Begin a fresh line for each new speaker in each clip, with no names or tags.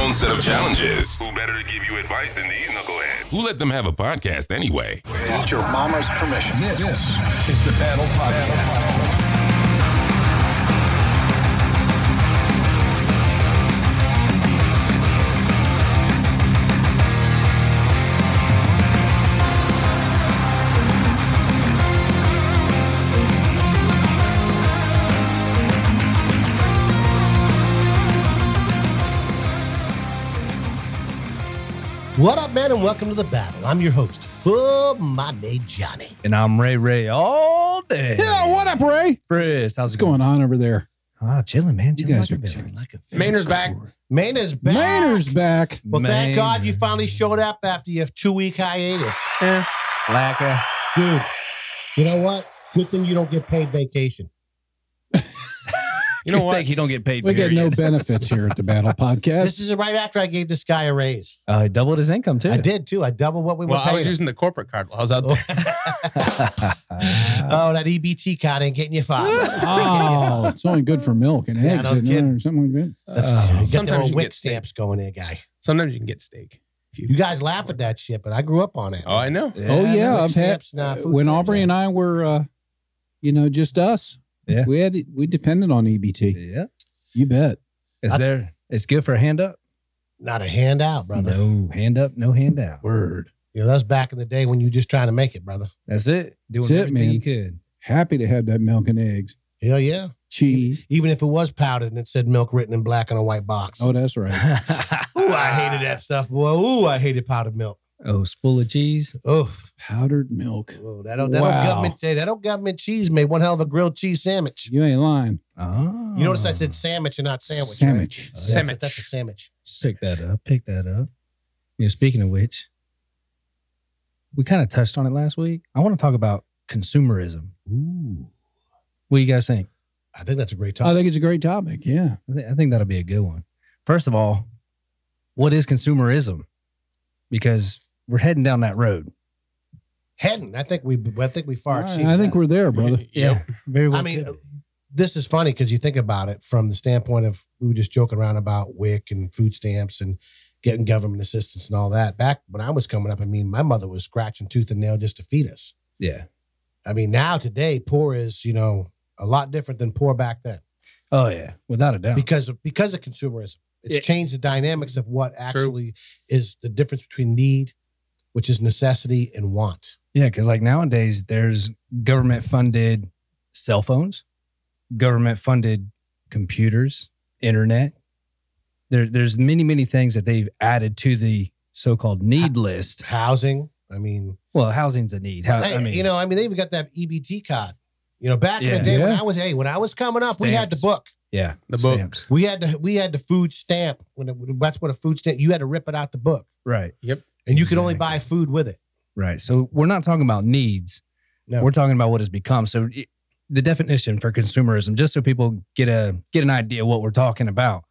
own set of challenges.
Who better to give you advice than these knuckleheads?
Who let them have a podcast anyway?
Need your mama's permission.
This, is the Battle Podcast.
What up, man, and welcome to the battle. I'm your host, Full Monday Johnny.
And I'm Ray Ray all day.
Yeah, Oh, what up, Ray?
Chris, how's it
What's
going?
going on over there?
Ah, chilling, man.
You
Chilling
guys
like
are
a
killing
bitch.
Like a
Maynard's back.
Main is back.
Maynard's back.
Well, thank God you
Man.
finally showed up after your two week hiatus.
slacker.
Dude, you know what? Good thing you don't get paid vacation.
You know what?
Think he don't get paid.
We get no
period.
benefits here at the Battle
This
Podcast.
is right after I gave this guy a raise.
Uh, he doubled his income too.
I did too. I doubled what we were
Well, I was
paying.
using the corporate card while I was out
oh,
there.
Uh,
that EBT card ain't getting you far.
Oh, it's only good for milk and
Yeah,
eggs
no
and
kidding.
or something like that. Uh,
That's, get them
sometimes
old
you
wick
get steak.
stamps going there, guy.
Sometimes you can get steak. If
You guys laugh at that shit, but I grew up on it.
Oh, I know.
oh yeah,
Wick
I've had
stamps, nah, food
when
stamps,
Aubrey
yeah.
and I were, uh, you know, just us.
Yeah.
we had we depended on E EBT.
Yeah.
You bet.
Is
I-
there? It's good for a hand up.
Not a handout, brother.
No hand up, no hand out.
Word.
You know, that's back in the day when you just trying to make it, brother.
That's it. Doing
That's it,
everything
man.
you could.
Happy to have that milk and eggs,
Hell yeah.
cheese.
Even if it was powdered and it said milk written in black on a white box.
Oh, that's right.
Ooh, I hated that stuff, boy. Ooh, I hated powdered milk.
Oh, spool of cheese.
Oh,
Powdered milk.
oh that don't that
Wow.
don't government hey, that don't government cheese made one hell of a grilled cheese sandwich.
You ain't lying.
Oh.
You notice I said sandwich and not sandwich. right?
Hmm.
Uh,
Sandwich.
That's, a,
Sandwich.
that's a sandwich.
Pick that up. Pick that up. You know, speaking of which, we kind of touched on it last week. I want to talk about consumerism. Ooh. What do you guys think?
I think that's a great
I
topic.
think it's a great topic. Yeah.
I, thi- I think that'll be a good one. First of all, what is consumerism? Because we're heading down that road.
Heading. I think we I think we far
I-
exceeded
I think
that.
we're there, brother.
Yeah. Very well.
I mean, uh,
could.
this is funny because you think about it from the standpoint of we were just joking around about WIC and food stamps and getting government assistance and all that. Back when I was coming up, I mean, my mother was scratching tooth and nail just to feed us.
yeah.
I mean, now today, poor is you know a lot different than poor back then
Oh, yeah. Without a doubt.
because of because of consumerism. It's
Yeah.
changed the dynamics of what actually is the difference between need, which is necessity, and want.
Yeah, because like nowadays, there's government funded cell phones, government funded computers, internet. There, there's many, many things that they've added to the so-called need list.
Housing. I mean,
Well, housing's a need. How,
Hey,
I mean,
you know, I mean, they even got that EBT card. You know, back in
Yeah.
the day when
Yeah.
I was hey, when I was coming up, we had the
Stamps.
book.
yeah,
The book.
stamps.
We had the we had the food stamp. When it, that's what a food stamp. You had to rip it out the book,
right,
and you could only buy
Exactly.
food with it.
right. So we're not talking about needs.
No.
We're talking about what has become. So it- the definition for consumerism, just so people get a get an idea what we're talking about.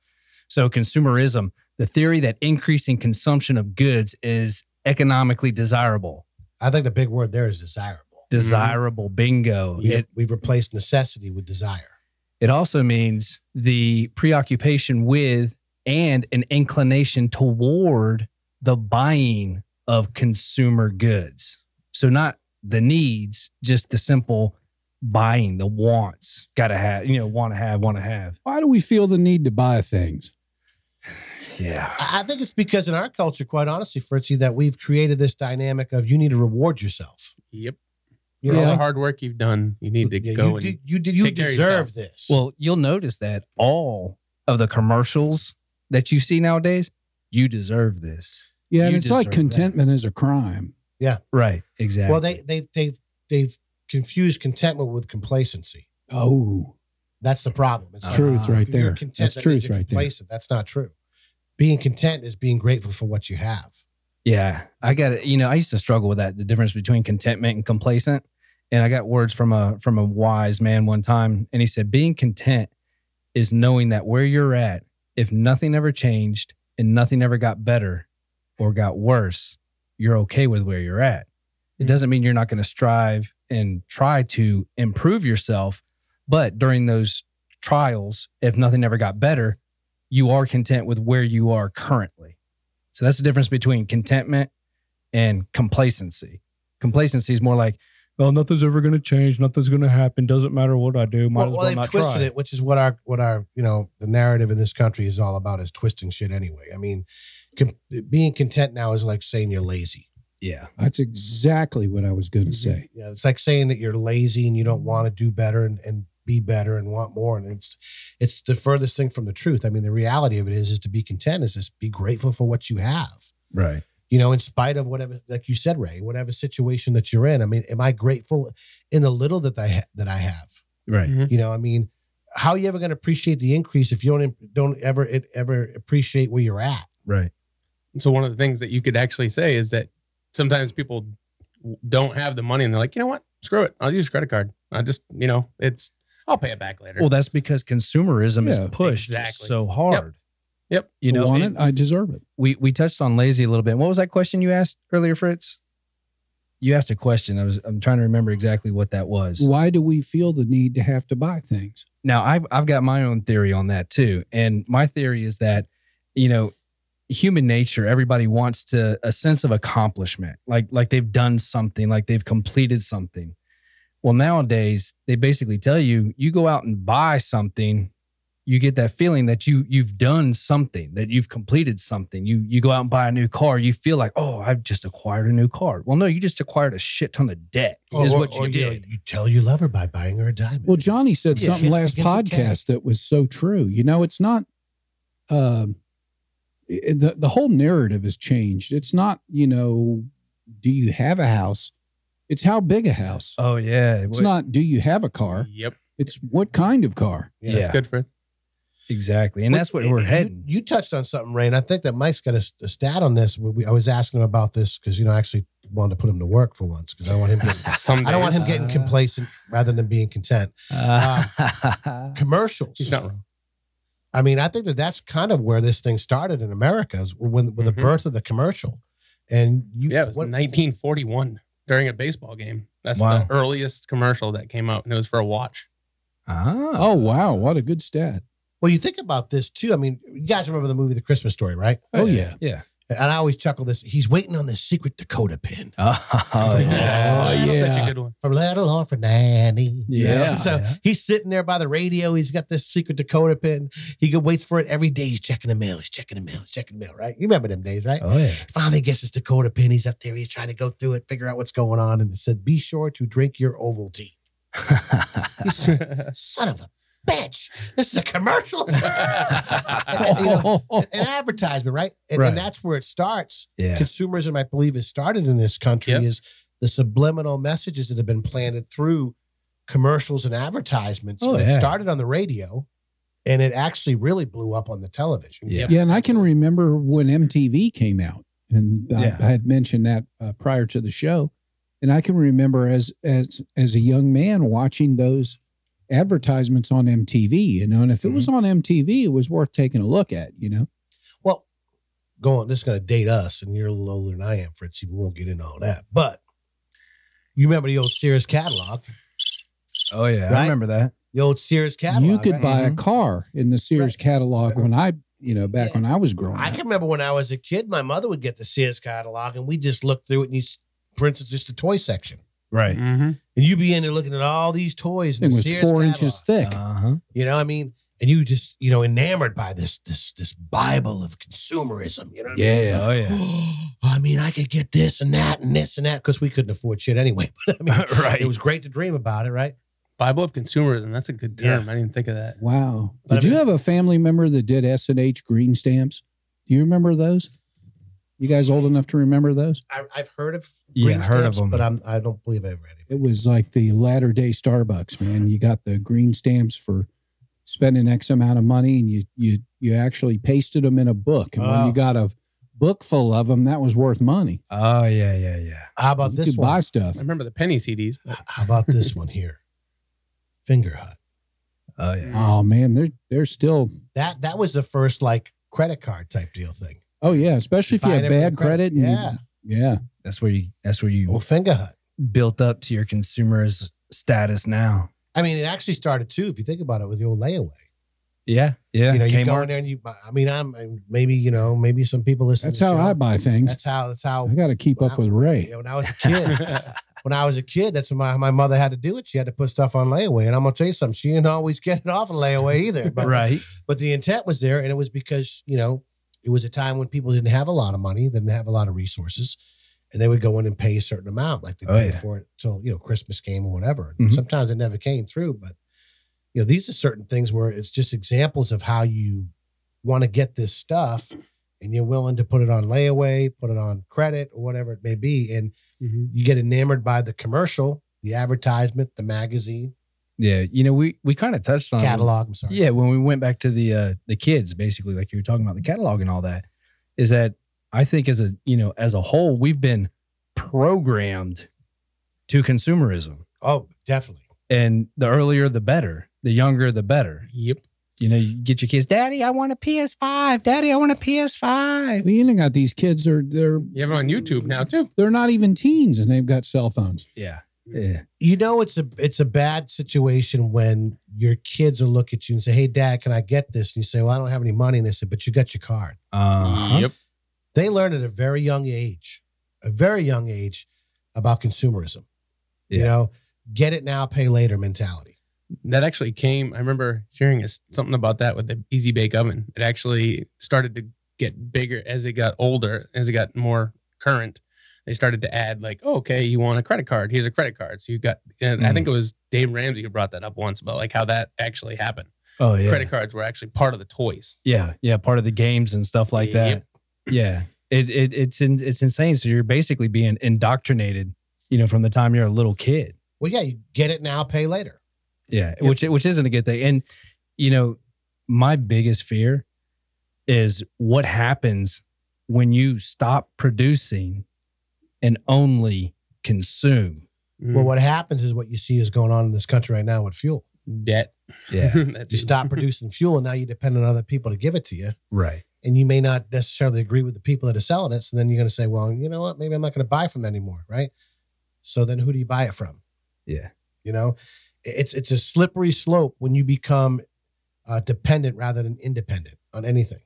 So consumerism, the theory that increasing consumption of goods is economically desirable.
I think the big word there is desirable.
desirable bingo.
We,
It,
we've replaced necessity with desire.
it also means the preoccupation with and an inclination toward the buying of consumer goods. So not the needs, just the simple buying, the wants. Got to have, you know, want to have, want to have.
Why do we feel the need to buy things?
Yeah.
I I think it's because in our culture, quite honestly, Fritzy, that we've created this dynamic of you need to reward yourself.
Yep.
You
For all
know,
the hard work you've done, you need to
Yeah,
go
you,
and
did- you, did- you
take care of
deserve
yourself.
this.
Well, you'll notice that all of the commercials that you see nowadays, you deserve this.
Yeah, and
You
it's like
deserve that.
contentment is a crime.
Right. Exactly.
well, they they they've they've confused contentment with complacency.
Oh,
That's the problem. It's
Ah.
not-
truth right
Uh, if you're
there.
Content,
That's
that means
truth
you're
right there.
complacent. That's not true. Being content is being grateful for what you have.
Yeah, I got it. You know, I used to struggle with that—the difference between contentment and complacent. And I got words from a from a wise man one time, and he said, "Being content is knowing that where you're at, if nothing ever changed and nothing ever got better or got worse, you're okay with where you're at.
Hmm.
It doesn't mean you're not going to strive and try to improve yourself, but during those trials, if nothing ever got better, you are content with where you are currently. So that's the difference between contentment and complacency. Complacency is more like, well, nothing's ever going to change. Nothing's going to happen. Doesn't matter what I do. Might
Well,
as
well,
well
they've
not
twisted
try.
it, which is what our what our you know the narrative in this country is all about is twisting shit anyway. I mean, com- being content now is like saying you're lazy.
Yeah.
That's exactly what I was going
Mm-hmm.
to say.
Yeah, it's like saying that you're lazy and you don't want to do better and, and be better and want more. And it's it's the furthest thing from the truth. I mean, the reality of it is is to be content is just be grateful for what you have.
Right.
You know, in spite of whatever, like you said, Ray, whatever situation that you're in. I mean, am I grateful in the little that I ha- that I have?
Right.
Mhm.
You know, I mean, how you ever going to appreciate the increase if you don't don't ever it, ever appreciate where you're at?
Right.
So one of the things that you could actually say is that sometimes people w- don't have the money and they're like, you know what? Screw it. I'll use a credit card. I just, you know, it's I'll pay it back later.
Well, that's because consumerism
Yeah.
is pushed
Exactly.
so hard.
Yep.
You know,
want
and
it? I deserve it.
we we touched on lazy a little bit. What was that question you asked earlier, Fritz? You asked a question. I was I'm trying to remember exactly what that was.
Why do we feel the need to have to buy things?
Now, I've, I've got my own theory on that too. And my theory is that, you know, human nature, everybody wants to a sense of accomplishment, like like they've done something, like they've completed something. Well, nowadays, they basically tell you, you go out and buy something, you get that feeling that you you've done something, that you've completed something. You you go out and buy a new car, you feel like, oh, I've just acquired a new car. Well, no, you just acquired a shit ton of debt,
Oh,
is what you did.
You, tell your lover by buying her a diamond.
Well, Johnny said
Yeah.
something
Kiss
last
begins with K.
podcast that was so true. You know, it's not um i- the the whole narrative has changed. It's not, you know, do you have a house? It's how big a house.
Oh yeah.
It's
What-
not do you have a car?
yep.
It's what kind of car?
Yeah.
That's good for it.
Exactly. And that's what we're
you-
heading.
You touched on something, Ray, and I think that Mike's got a, a stat on this. We, we- I was asking him about this because you know I actually wanted to put him to work for once because I want him. Getting,
Some
I don't want
days.
him getting
Uh.
complacent rather than being content.
Ah.
Commercials.
He's not wrong.
I mean, I think that that's kind of where this thing started in America is when with the
Mhm.
birth of the commercial, and you
Yeah, it was
what-
1941 during a baseball game. That's
Wow.
the earliest commercial that came out, and it was for a watch.
Uh,
Oh wow, what a good stat.
Well, you think about this too. I mean, you guys remember the movie The Christmas Story, right?
Oh yeah.
Yeah.
And I always chuckle this. He's waiting on the secret Dakota pin
Oh,
yeah.
That's such
yeah.
a good one.
from Little Orphan Annie.
Yeah.
So he's sitting there by the radio. He's got this secret Dakota pin. He could wait for it every day. He's checking the mail. He's checking the mail. He's checking the mail. Right? You remember them days, right?
Oh yeah.
Finally gets his Dakota pin. He's up there. He's trying to go through it, figure out what's going on. And it said, "Be sure to drink your Ovaltine." He's like, "Son of a bitch! This is a commercial." You know, an advertisement, right? And,
Right.
and that's where it starts.
yeah.
Consumerism, I believe, has started in this country
Yep.
is the subliminal messages that have been planted through commercials and advertisements.
Oh,
and It
yeah.
started on the radio and it actually really blew up on the television.
Yeah.
Yeah, and I can remember when MTV came out, and
Yeah.
I, I had mentioned that uh, prior to the show, and I can remember as as as a young man watching those advertisements on MTV, you know, and if it was on MTV, it was worth taking a look at, you know.
Well, going, this is going to date us, and you're a little older than I am, Fritzy. We won't get into all that. But you remember the old Sears catalog?
Oh yeah.
Right?
I remember that.
The old Sears catalog.
you could
right?
buy a
Mhm.
car in the Sears
Right.
catalog when I, you know, back
Yeah.
when I was growing
I
up.
can remember when I was a kid, my mother would get the Sears catalog and we just looked through it and you, s- for instance, just the toy section.
Right.
Mhm.
And you'd be in there looking at all these toys
it
and the
was
Sears
four
catalog, uh,
inches thick.
Uh-huh.
You know, what I mean, and you just, you know, enamored by this, this, this Bible of consumerism. You know what I mean?
Oh yeah.
I mean, I could get this and that and this and that because we couldn't afford shit anyway. But I mean,
right.
it was great to dream about it, right?
Bible of consumerism. That's a good term. I didn't think of that.
Wow.
But I
Did you
mean-
have a family member that did S and H green stamps? Do you remember those? You guys old enough to remember those?
I, I've heard of
Yeah,
green
heard of
stamps,
them.
but I'm I don't believe I've read it.
It was like the latter day Starbucks, man. You got the green stamps for spending X amount of money, and you you you actually pasted them in a book. And when
Wow.
you got a book full of them, that was worth money.
oh yeah, yeah, yeah.
How about
you
this
could
one?
buy stuff.
I remember the penny CDs. but-
How about this one here? Finger Hut.
Oh yeah.
Oh man, they're they're still.
That that was the first like credit card type deal thing.
Oh yeah, especially if you
Buying
have
everything
bad
credit.
credit. and you-
Yeah.
yeah.
That's where you that's where you
Well, Finger Hut.
built up to your consumer's status now.
I mean, it actually started too, if you think about it, with the old layaway.
Yeah. Yeah.
you know, you go
Kmart.
in there and you. buy- I mean, I'm I'm- maybe you know maybe some people listen.
That's
to the
how I
show.
buy things.
That's how. That's how.
I got to keep up with
you
Ray.
know, when I was a kid, when I was a kid, that's what my, my mother had to do it. She had to put stuff on layaway. And I'm gonna tell you something, she didn't always get it off on layaway either. But
right.
but the intent was there, and it was because, you know, it was a time when people didn't have a lot of money, didn't have a lot of resources, and they would go in and pay a certain amount, like they
Oh,
paid
yeah.
for it till you know Christmas came or whatever.
Mhm.
Sometimes it never came through, but you know, these are certain things where it's just examples of how you want to get this stuff and you're willing to put it on layaway, put it on credit or whatever it may be. And
Mm-hmm.
Mhm.
you get enamored by the commercial, the advertisement, the magazine,
Yeah. You know, we we kind of touched on
catalog. I'm sorry.
Uh-huh. Yeah, when we went back to the uh the kids, basically, like you were talking about the catalog and all that, is that I think as a you know, as a whole, we've been programmed to consumerism.
Oh, definitely.
And the earlier the better, the younger the better.
Yep.
You know, you get your kids, Daddy, I want a PS5. Daddy, I want a PS5.
We even got these kids are they're
You have it on YouTube now too.
they're not even teens and they've got cell phones.
Yeah. Yeah.
You know, it's a it's a bad situation when your kids will look at you and say, "Hey, Dad, can I get this?" And you say, "Well, I don't have any money." And they say, "But you got your card."
Uh-huh.
Yep.
They learn at a very young age, a very young age, about consumerism. You
Yeah.
know, get it now, pay later mentality.
That actually came. I remember hearing us- something about that with the Easy Bake Oven. It actually started to get bigger as it got older, as it got more current. They started to add like, oh, okay, you want a credit card? Here's a credit card. So you got. And I think
Mm.
it was Dave Ramsey who brought that up once about like how that actually happened.
Oh yeah.
Credit cards were actually part of the toys.
Yeah, yeah, part of the games and stuff like that.
Yep.
Yeah, it, it it's in, it's insane. So you're basically being indoctrinated, you know, from the time you're a little kid.
Well, yeah, you get it now, pay later.
Yeah, which which isn't a good thing. And you know, my biggest fear is what happens when you stop producing and only consume.
Well, what happens is what you see is going on in this country right now with fuel.
Mm, debt.
Yeah,
That
You
too.
stop producing fuel, and now you depend on other people to give it to you.
right.
and you may not necessarily agree with the people that are selling it. So then you're going to say, well, you know what? Maybe I'm not going to buy from them anymore, right? So then who do you buy it from?
Yeah.
You know, it's it's a slippery slope when you become uh, dependent rather than independent on anything.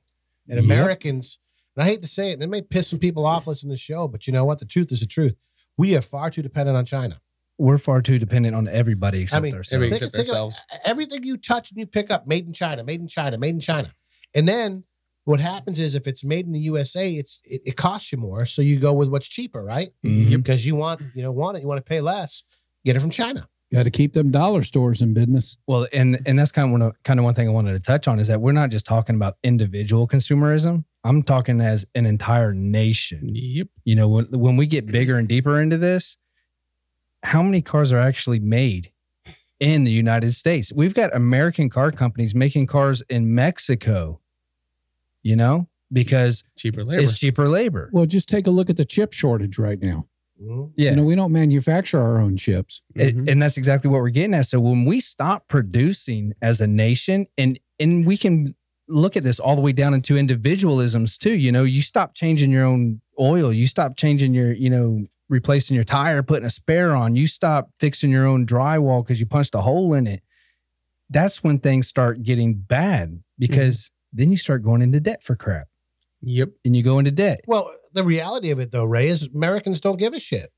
And
Yep.
Americans, and I hate to say it, and it may piss some people off listening to the show, but you know what? The truth is the truth. We are far too dependent on China.
We're far too dependent on everybody
I
except
mean,
ourselves.
every-
think-
except
think of-
ourselves.
e, everything you touch and you pick up, made in China, made in China, made in China. And then what happens is if it's made in the USA, it's it, it costs you more, so you go with what's cheaper, right?
Mm-hmm.
Mhm.
Because you want you know want it, you want to pay less, get it from China.
Got to keep them dollar stores in business.
Well, and and that's kind of one kind of one thing I wanted to touch on is that we're not just talking about individual consumerism. I'm talking as an entire nation.
Yep.
You know, when, when we get bigger and deeper into this, how many cars are actually made in the United States? We've got American car companies making cars in Mexico. You know, because
Cheaper labor.
it's cheaper labor.
Well, just take a look at the chip shortage right now.
Mm-hmm.
yeah,
You know, we don't manufacture our own chips.
And-
Mhm.
and that's exactly what we're getting at so when we stop producing as a nation and and we can look at this all the way down into individualisms too you know you stop changing your own oil you stop changing your you know replacing your tire putting a spare on you stop fixing your own drywall because you punched a hole in it that's when things start getting bad because then you start going into debt for crap
Yep.
and you go into debt
Well, the reality of it though, Ray, is Americans don't give a shit.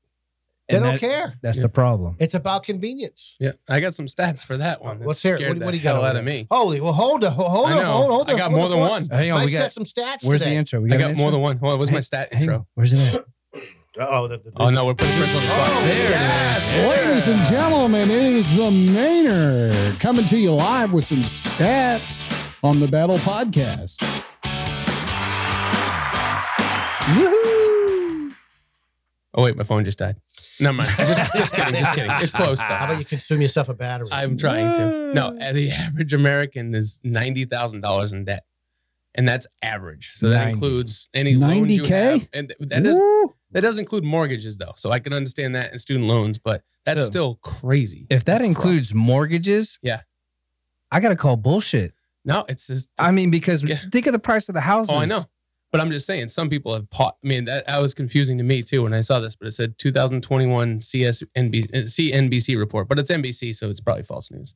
They
And
don't
that-
care.
that's the problem
It's about convenience.
Yeah, I got some stats for that one.
What's
It
here?
scared
What, what do
the
you got
hell
over
out
there?
of me?
Holy, well, hold up, hold
I
up,
know.
hold, hold
I
up,
got
hold
more
up,
than
hold
one.
up.
hang on we
Mike's got,
got
some stats
where's the
today.
intro we
I
an
got more
intro?
than one. What was my stat
Hang
intro?
on. where's it at
Oh, the, the,
Oh no, we're putting Prince on the spot.
Oh,
there it is.
Ladies and gentlemen, it is the Maynard coming to you live with some stats on the Battle Podcast. Woohoo!
Oh wait, my phone just died. Never mind. Just, just kidding. Just kidding. It's close though.
How about you consume yourself a battery?
I'm trying to. No, uh, the average American is ninety thousand dollars in debt, and that's average. So that
90.
includes any loan you
90K?
have, and that does
Woo!
that does include mortgages though. So I can understand that and student loans, but that's
So-
still crazy.
If that includes mortgages,
Yeah.
I gotta call bullshit.
no, it's just
I mean, because
Yeah.
think of the price of the houses.
Oh, I know. But I'm just saying, some people have pot. I mean, that, that was confusing to me too when I saw this, but it said 2021 CSNB, uh, CNBC report, but it's NBC, so it's probably false news.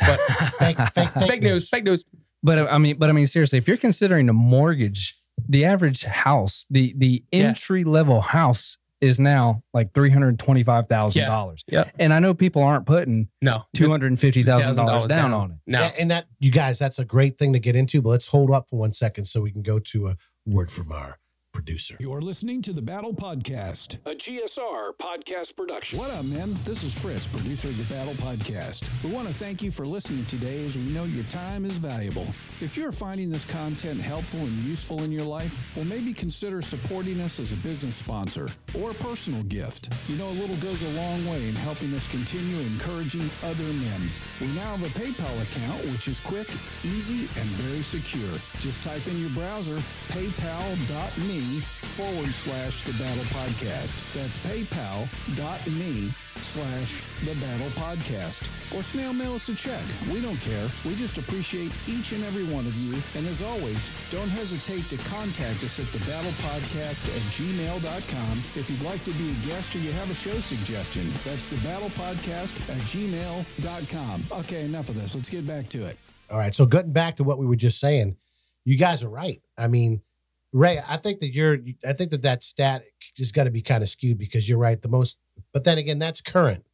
But
Fake, fake, fake,
fake news, fake news.
But uh, I mean, but I mean, seriously, if you're considering a mortgage, the average house, the the
Yeah.
entry level house is now like three hundred twenty five thousand dollars.
Yep.
And I know people aren't putting
No.
two hundred fifty thousand
$250,000
dollars down
down.
on it.
No.
Yeah, and that you guys, that's a great thing to get into. But let's hold up for one second so we can go to a word from our producer.
You're listening to the Battle Podcast, a GSR podcast production.
What up, man? This is Fritz, producer of the Battle Podcast. We want to thank you for listening today as we know your time is valuable. If you're finding this content helpful and useful in your life, well, maybe consider supporting us as a business sponsor or a personal gift. You know, a little goes a long way in helping us continue encouraging other men. We now have a PayPal account, which is quick, easy, and very secure. Just type in your browser paypal.me forward slash the battle podcast. That's paypal.me slash the battle podcast. Or snail mail us a check. We don't care. We just appreciate each and every one of you. And as always, don't hesitate to contact us at the battle podcast at gmail.com if you'd like to be a guest or you have a show suggestion. That's the battle podcast at gmail.com. Okay, enough of this. Let's get back to it.
All right. So getting back to what we were just saying, you guys are right. I mean, Ray, I think that you're. I think that that stat has got to be kind of skewed because you're right. The most, but then again, that's current.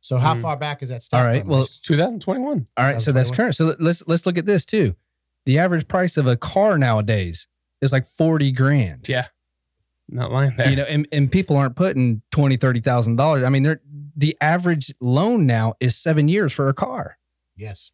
So how
Mhm.
far back is that stat?
All right,
from?
well,
It's-
2021.
All right, so that's
2021.
current. So let- let's let's look at this too. The average price of a car nowadays is like forty grand.
Yeah. Not lying there.
You know, and, and people aren't putting twenty, thirty thousand dollars. I mean, they're the average loan now is seven years for a car.
yes.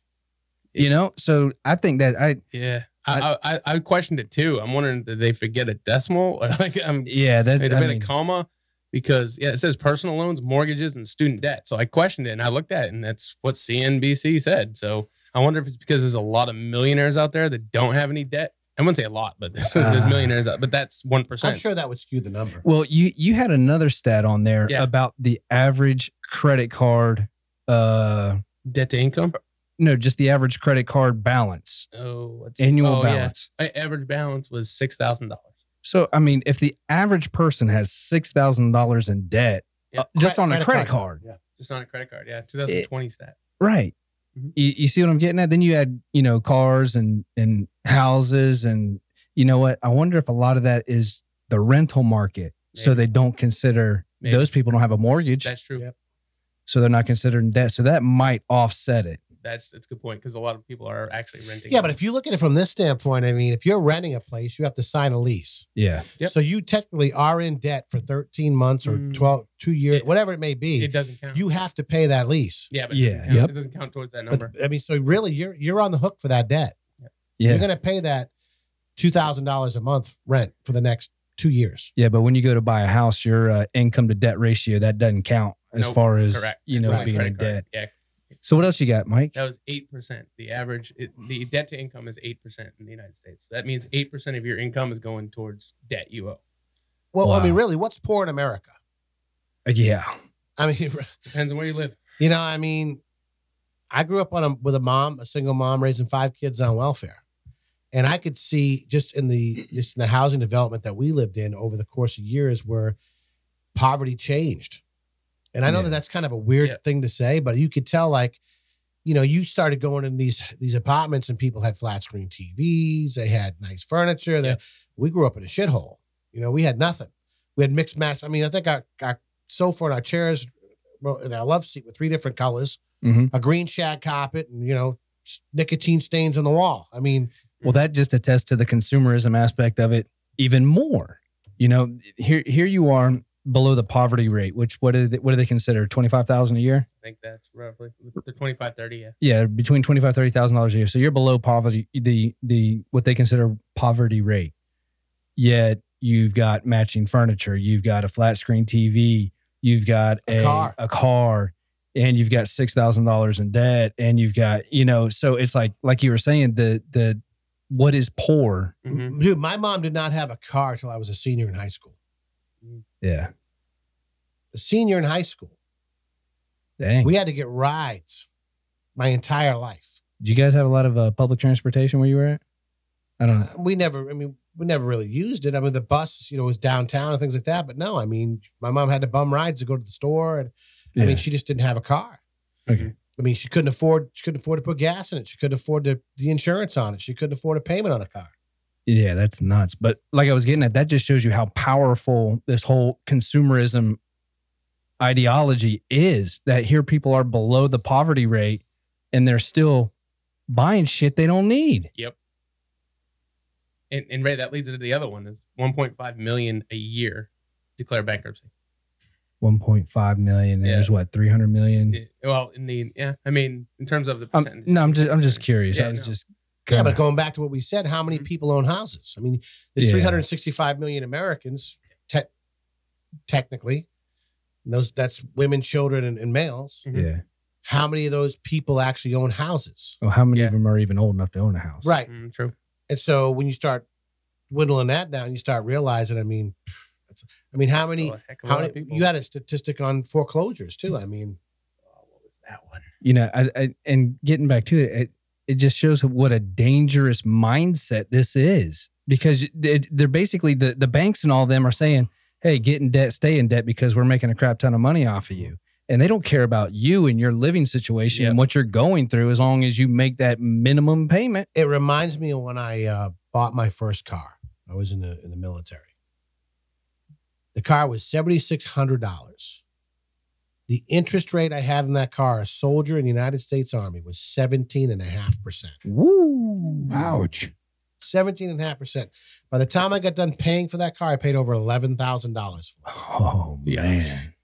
You know, so I think that I
yeah. I, I, I, I questioned it too. I'm wondering did they forget a decimal? Or like I'm
yeah, that's
it had
I
been
mean,
a comma because yeah, it says personal loans, mortgages, and student debt. So I questioned it and I looked at it, and that's what CNBC said. So I wonder if it's because there's a lot of millionaires out there that don't have any debt. I wouldn't say a lot, but there's, there's
Ah.
millionaires out, but that's one
I'm
percent.
sure that would skew the number.
well, you you had another stat on there
Yeah.
about the average credit card uh
debt to income.
no, just the average credit card balance,
Oh, what's
annual
oh, yeah.
balance.
My average balance was six thousand dollars.
So I mean, if the average person has six thousand dollars in debt,
Yeah,
uh, just
Cre-
on a credit
card.
card,
Yeah.
just on a credit card. Yeah, 2020 stat.
right?
Mhm.
You, you see what I'm getting at? Then you had you know cars and and houses and you know what? I wonder if a lot of that is the rental market, so
Maybe.
they don't consider
Maybe.
those people don't have a mortgage,
That's true.
Yeah.
so they're not considering debt. So that might offset it.
That's that's a good point because a lot of people are actually renting.
Yeah, but if you look at it from this standpoint, I mean, if you're renting a place, you have to sign a lease.
Yeah,
Yep.
So you technically are in debt for 13 months or
Mm.
12, two years,
It-
whatever it may be.
it doesn't count.
you have to pay that lease.
yeah, but
Yeah.
it, doesn't count,
Yep.
it doesn't count towards that
But,
number.
I mean, so really, you're you're on the hook for that debt.
yeah,
You're going to pay that two thousand dollars a month rent for the next two years.
yeah. But when you go to buy a house, your uh, income to debt ratio that doesn't count as
Nope,
far as
Correct.
you
It's
know
on the
being in
credit
debt.
card. Yeah,
So what else you got, Mike?
that was eight percent. The average, it, the debt to income is eight percent in the United States. That means eight percent of your income is going towards debt you owe.
Well, I mean,
Wow.
really, what's poor in America?
Uh, Yeah.
I mean,
Depends on where you live.
you know, I mean, I grew up on a, with a mom, a single mom raising five kids on welfare, and I could see just in the just in the housing development that we lived in over the course of years where poverty changed. And I know that
Yeah.
that's kind of a weird
Yeah.
thing to say, but you could tell like you know, you started going in these these apartments and people had flat screen TVs, they had nice furniture. They,
Yeah.
We grew up in a shithole. You know, we had nothing. We had mixed match. I mean, I think our, our sofa and our chairs well, and our love seat were three different colors,
Mhm.
a green shag carpet, and you know, s- nicotine stains on the wall. I mean,
Well, that just attests to the consumerism aspect of it even more. You know, here here you are below the poverty rate, which what do they, what do they consider twenty five thousand a year?
I think that's roughly the 25, 30. Yeah,
Yeah, between twenty five thirty thousand dollars a year. So you're below poverty the the what they consider poverty rate. Yet you've got matching furniture, you've got a flat screen TV, you've got
A
a,
car.
a car, and you've got six thousand dollars in debt, and you've got you know. So it's like like you were saying the the what is poor.
hmm
dude, my mom did not have a car till I was a senior in high school.
Yeah.
A senior in high school,
Dang.
we had to get rides my entire life.
Do you guys have a lot of uh, public transportation where you were at? I don't know.
We never, I mean, we never really used it. I mean, the bus, you know, was downtown and things like that. But no, I mean, my mom had to bum rides to go to the store, and I
Yeah.
mean, she just didn't have a car.
Okay.
I mean, she couldn't afford she couldn't afford to put gas in it. She couldn't afford the, the insurance on it. She couldn't afford a payment on a car.
Yeah, that's nuts. But like I was getting at, that just shows you how powerful this whole consumerism ideology is that here people are below the poverty rate and they're still buying shit they don't need.
And, and Ray, that leads into the other one is 1.5 million a year declare bankruptcy.
1.5 million. And
Yeah.
There's what, 300 million?
Yeah, well, in the yeah, I mean, in terms of the
I'm,
percentage.
Um, no, I'm just, I'm just curious.
Yeah,
I was
no.
just,
Yeah,
kinda-
but going back to what we said, how many
Mhm.
people own houses? I mean, there's
Yeah.
365 million Americans, te- technically. And those that's women, children, and, and males.
Mhm.
yeah.
How many of those people actually own houses?
Well, how many
Yeah.
of them are even old enough to own a house?
Right.
Mm, true.
And so when you start dwindling that down, you start realizing. I mean, that's, I mean, how many?
Still a heck of a
How
lot of
many?
people.
You had a statistic on foreclosures too. I mean,
Oh, what was that one?
you know I, I and getting back to it, it it just shows what a dangerous mindset this is because it, they're basically the the banks and all them are saying hey get in debt stay in debt because we're making a crap ton of money off of you and they don't care about you and your living situation and
Yep.
what you're going through as long as you make that minimum payment
it reminds me of when I uh, bought my first car. I was in the in the military. The car was seventy six hundred dollars. The interest rate I had on that car, a soldier in the United States Army, was 17.5%.
Woo! Ouch!
17.5%. By the time I got done paying for that car, I paid over $11,000 for it.
oh
Yeah.
man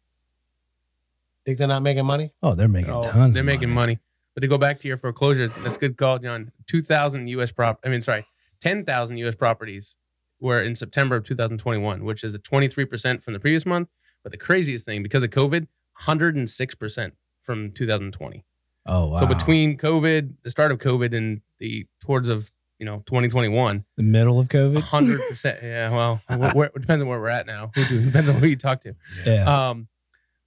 Think they're not making money?
oh they're making
Oh,
tons
They're
of
making money. But to go back to your foreclosure, that's a good call, John. Two thousand U.S. prop. I mean, sorry, ten thousand U.S. properties were in September of 2021, which is a 23 percent from the previous month. But the craziest thing, because of COVID, 106 percent from 2020.
oh wow
So between COVID, the start of COVID, and the towards of you know 2021,
the middle of covid
100 percent. Yeah, well, wh- where, it depends on where we're at now. Who do- depends on who you talk to.
yeah
Um,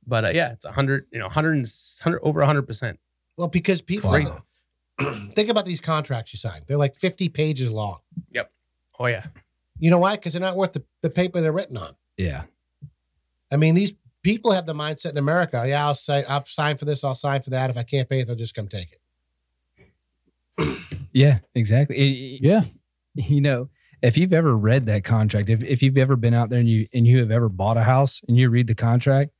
but uh, yeah, it's 100. You know, 100, and s- 100 over 100 percent.
Well, because people
Crazy.
think about these contracts you sign. They're like 50 pages long.
Oh yeah.
You know why? Because they're not worth the, the paper they're written on.
yeah
I mean, these people have the mindset in America. Yeah, I'll say I'll sign for this. I'll sign for that. If I can't pay it, they'll just come take it.
yeah exactly It- it-
Yeah,
you know if you've ever read that contract if, if you've ever been out there and you and you have ever bought a house and you read the contract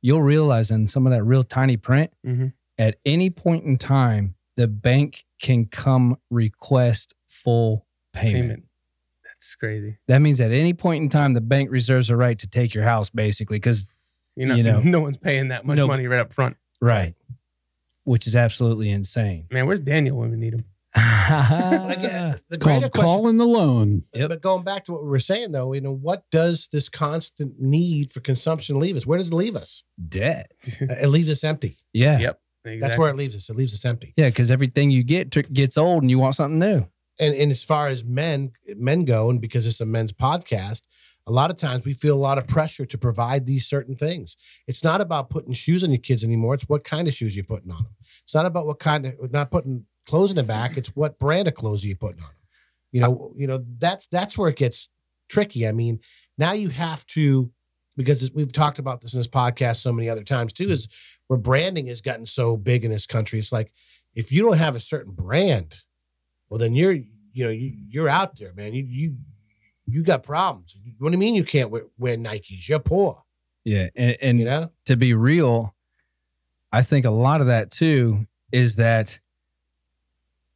you'll realize in some of that real tiny print
Mhm.
at any point in time the bank can come request full payment.
payment. That's crazy.
that means at any point in time the bank reserves the right to take your house basically because
You know,
You know.
no one's paying that much
No.
money right up front.
right which is absolutely insane
Man, where's Daniel when we need him?
But again,
yeah
the
Ah. it's
greater
called
question.
calling the loan.
Yep.
But going back to what we were saying, though, you know, what does this constant need for consumption leave us? Where does it leave us?
debt
Hmm.
Uh, it leaves us empty.
yeah
Yep.
That's where it leaves us. It leaves us empty.
yeah because everything you get tr- gets old and you want something new
And and as far as men men go, and because it's a men's podcast, a lot of times we feel a lot of pressure to provide these certain things. It's not about putting shoes on your kids anymore. It's what kind of shoes you're putting on them. It's not about what kind of not putting clothes in the back. It's what brand of clothes are you putting on them. You know, you know that's that's where it gets tricky. I mean, now you have to because we've talked about this in this podcast so many other times too. Is where branding has gotten so big in this country. It's like if you don't have a certain brand, well then you're you know you, you're out there, man. You you you got problems. What do you mean you can't wear, wear Nikes? You're poor.
yeah and, and
You know.
to be real, I think a lot of that too is that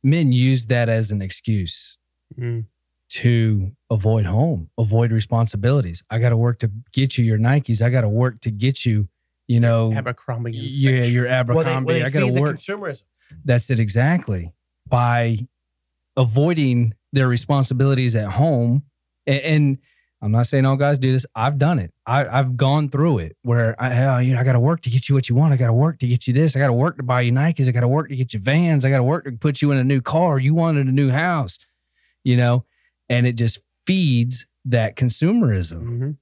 men use that as an excuse
Mm.
to avoid home, avoid responsibilities. I got to work to get you your Nikes. I got to work to get you, you know,
Abercrombie. and
Oh, yeah,
Fitch.
your Abercrombie. I got to work.
consumerism.
That's it exactly. By avoiding their responsibilities at home. A- And, I'm not saying all guys do this. I've done it. I, I've gone through it where I, hell, you know, I got to work to get you what you want. I got to work to get you this. I got to work to buy you Nikes. I got to work to get you vans. I got to work to put you in a new car. You wanted a new house, you know, and it just feeds that consumerism
Mhm.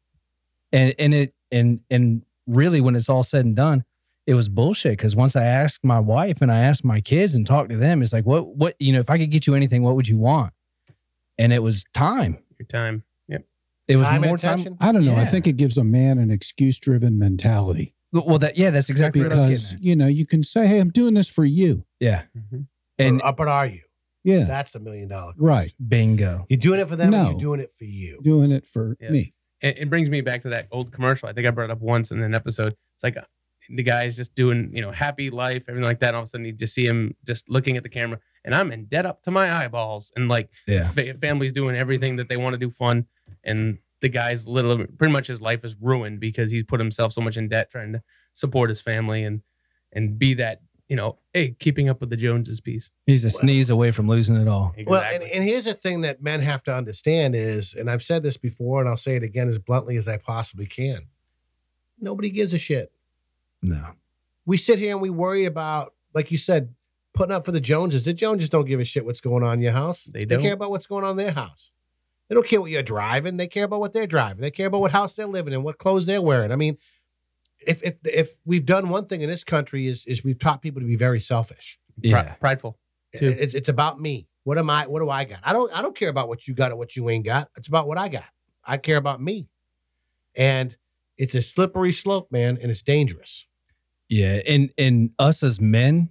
and and it and and really when it's all said and done it was bullshit because once i asked my wife and i asked my kids and talked to them it's like what what you know if i could get you anything what would you want and it was time
Your time.
it was
Time and
more time
attention.
I don't know. I
Yeah.
think it gives a man an excuse-driven mentality.
Well, that yeah, that's exactly what I was
because
getting.
you know you can say, "Hey, I'm doing this for you."
At. Yeah,
Mhm.
and
up at are you?
Yeah,
That's the million dollar.
right.
bingo.
You're doing it for them. or
No.
you're doing it for you.
Doing it for
Yeah.
me.
it, it brings me back to that old commercial. I think I brought it up once in an episode. It's like uh, the guy's just doing, you know, happy life, everything like that. all of a sudden, you just see him just looking at the camera, and I'm in debt up to my eyeballs, and like
Yeah,
fa- family's doing everything that they want to do fun, and the guy's little, pretty much his life is ruined because he's put himself so much in debt trying to support his family and and be that, you know, hey, keeping up with the Joneses piece.
he's a sneeze away from losing it all.
Exactly.
Well, and, and here's the thing that men have to understand is, and I've said this before, and I'll say it again as bluntly as I possibly can. Nobody gives a shit.
No,
We sit here and we worry about, like you said, putting up for the Joneses. The Joneses don't give a shit what's going on in your house.
They
They
don't.
care about what's going on in their house. They don't care what you're driving. They care about what they're driving. They care about what house they're living in, what clothes they're wearing. I mean, if if if we've done one thing in this country is is we've taught people to be very selfish.
Pri-
yeah,
prideful. Too.
It's it's about me. What am I? What do I got? I don't I don't care about what you got or what you ain't got. It's about what I got. I care about me. And it's a slippery slope, man, and it's dangerous.
yeah. And and us as men,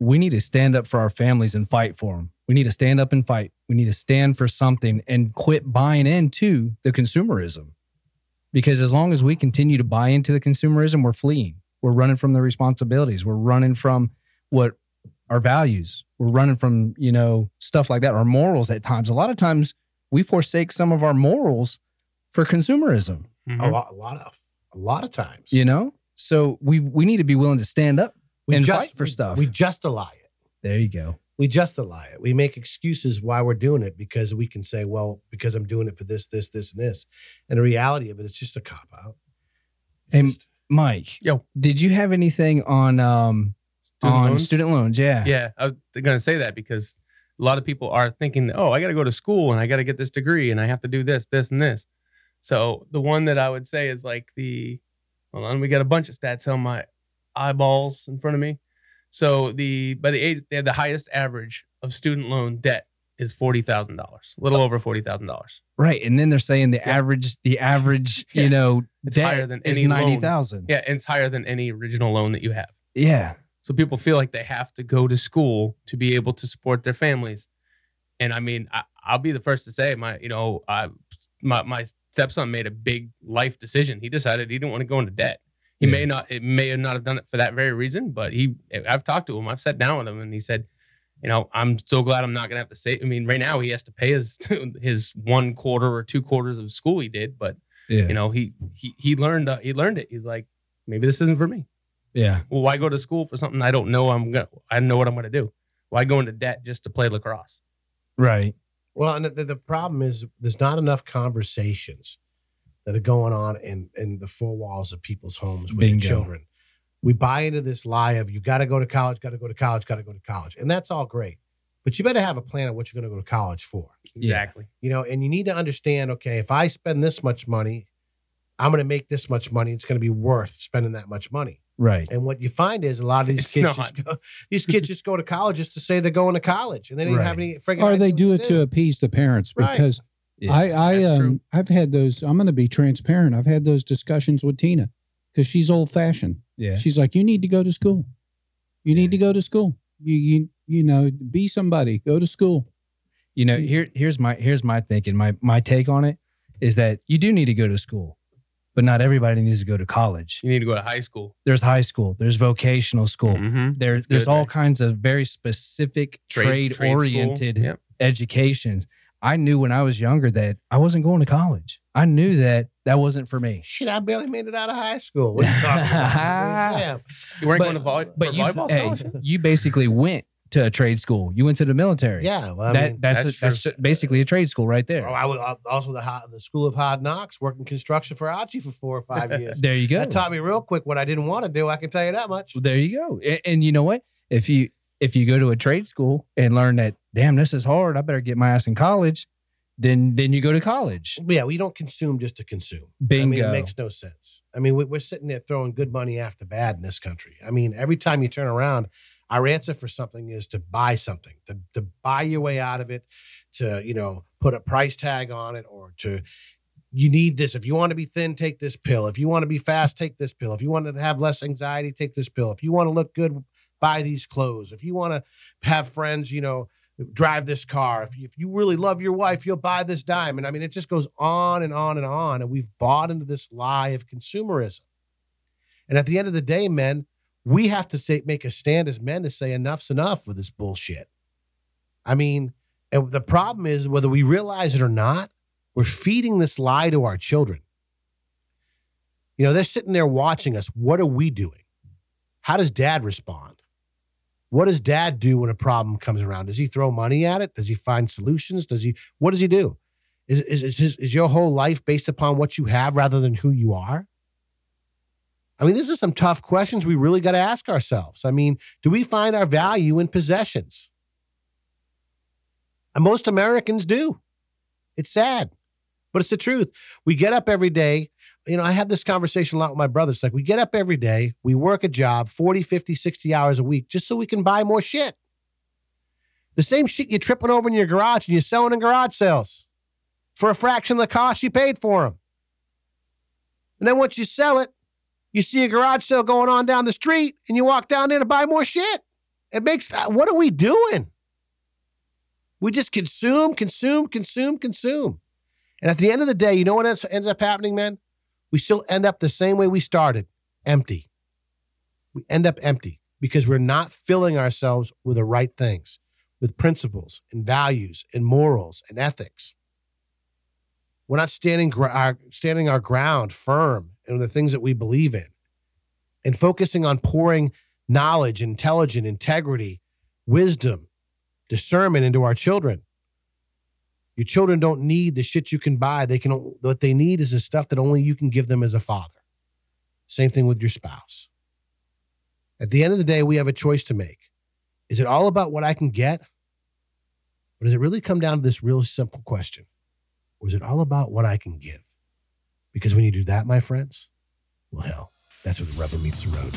we need to stand up for our families and fight for them. We need to stand up and fight. We need to stand for something and quit buying into the consumerism. Because as long as we continue to buy into the consumerism, we're fleeing. We're running from the responsibilities. We're running from what our values. We're running from, you know, stuff like that, our morals at times. A lot of times we forsake some of our morals for consumerism,
A
Mhm.
lot, a lot of a lot of times.
Mm-hmm. you know? So we we need to be willing to stand up. and fight for
we-
stuff.
We justify it.
There you go.
We justify it. We make excuses why we're doing it because we can say, well, because I'm doing it for this, this, this, and this. And the reality of it, it's just a cop out.
And Mike,
Yo.
did you have anything on um
Student
on
loans?
student loans? Yeah,
Yeah, I was going to say that because a lot of people are thinking, oh, I got to go to school and I got to get this degree and I have to do this, this, and this. So the one that I would say is like the, hold on, we got a bunch of stats on my eyeballs in front of me. So the by the age they had the highest average of student loan debt is forty thousand dollars, a
Oh.
little over forty thousand dollars.
right. And then they're saying the average, the average, you
Yeah.
know,
It's
debt
higher than
is
any loan.
ninety thousand.
Yeah, and it's higher than any original loan that you have.
yeah,
So people feel like they have to go to school to be able to support their families. And I mean, I, I'll be the first to say my, you know, I, my, my stepson made a big life decision. He decided he didn't want to go into debt. He may not, it may not have done it for that very reason, but he, I've talked to him, I've sat down with him and he said, you know, I'm so glad I'm not going to have to say, I mean, right now he has to pay his, his one quarter or two quarters of school he did, but
yeah,
you know, he, he, he learned, uh, he learned it. He's like, maybe this isn't for me
yeah,
well, why go to school for something I don't know I'm gonna I know what I'm gonna do? Why go into debt just to play lacrosse?
right.
Well, and the, the problem is there's not enough conversations that are going on in, in the four walls of people's homes with
Bingo.
their children. We buy into this lie of you got to go to college, got to go to college, got to go to college. And that's all great. But you better have a plan of what you're going to go to college for.
Yeah.
Exactly.
you know and you need to understand okay if i spend this much money i'm going to make this much money it's going to be worth spending that much money
Right.
and what you find is a lot of these
It's
kids
not.
just go, these kids just go to college just to say they're going to college and they don't even have
Right.
any friggin'
Or
idea
they
what
do it to appease the parents
Right.
because
Yeah,
I I
that's true.
um I've had those. I'm going to be transparent. I've had those discussions with Tina because she's old fashioned.
Yeah.
She's like, you need to go to school. You need to go to school. You you you know, be somebody. Go to school.
You know, here here's my here's my thinking. My my take on it is that you do need to go to school, but not everybody needs to go to college.
You need to go to high school.
There's high school. There's vocational school.
Mm-hmm.
There,
It's
there's
good,
all
right?
kinds of very specific trade, oriented educations. I knew when I was younger that I wasn't going to college. I knew that that wasn't for me.
shit i barely made it out of high school what are you talking about Damn.
You weren't
But-
going to volley,
But
for
you,
volleyball
hey,
scholarship?
you basically went to a trade school. You went to the military.
yeah well, I
that,
mean,
that's
that's
a, that's
true.
ju- basically a trade school right there.
well, I was uh, also the, hot, the school of hard knocks working construction for Archie for four or five years
There you go.
that taught me real quick what i didn't want to do i can tell you that much
Well, there you go. A- And, you know what? If you if you go to a trade school and learn that, damn, this is hard. I better get my ass in college. Then then you go to college.
yeah we don't consume just to consume
Bingo.
I mean, it makes no sense. I mean, we, we're sitting there throwing good money after bad in this country. I mean, every time you turn around, our answer for something is to buy something, to, to buy your way out of it, to, you know, put a price tag on it or to you need this. If you want to be thin, take this pill. If you want to be fast, take this pill. If you want to have less anxiety, take this pill. If you want to look good, buy these clothes. If you want to have friends, you know, drive this car. If you, if you really love your wife, you'll buy this diamond. I mean, it just goes on and on and on. And we've bought into this lie of consumerism. And at the end of the day, men, we have to say, make a stand as men to say enough's enough with this bullshit. I mean, and the problem is whether we realize it or not, we're feeding this lie to our children. You know, they're sitting there watching us. What are we doing? How does dad respond? What does dad do when a problem comes around? Does he throw money at it? Does he find solutions? Does he, what does he do? Is, is, is, his, is your whole life based upon what you have rather than who you are? I mean, these are some tough questions we really got to ask ourselves. I mean, do we find our value in possessions? And most Americans do. It's sad, but it's the truth. We get up every day. You know, I have this conversation a lot with my brother. It's like we get up every day, we work a job 40, 50, 60 hours a week just so we can buy more shit. The same shit you're tripping over in your garage and you're selling in garage sales for a fraction of the cost you paid for them. And then once you sell it, you see a garage sale going on down the street and you walk down there to buy more shit. It makes, uh, what are we doing? We just consume, consume, consume, consume. And at the end of the day, you know what else ends up happening, man? We still end up the same way we started empty. We end up empty because we're not filling ourselves with the right things, with principles and values and morals and ethics. We're not standing, gr- our, standing our ground firm in the things that we believe in and focusing on pouring knowledge, intelligence, integrity, wisdom, discernment into our children. Your children don't need the shit you can buy. They can what they need is the stuff that only you can give them as a father. Same thing with your spouse. At the end of the day, we have a choice to make. Is it all about what I can get? Or does it really come down to this real simple question? Or is it all about what I can give? Because when you do that, my friends, well, hell, that's where the rubber meets the road.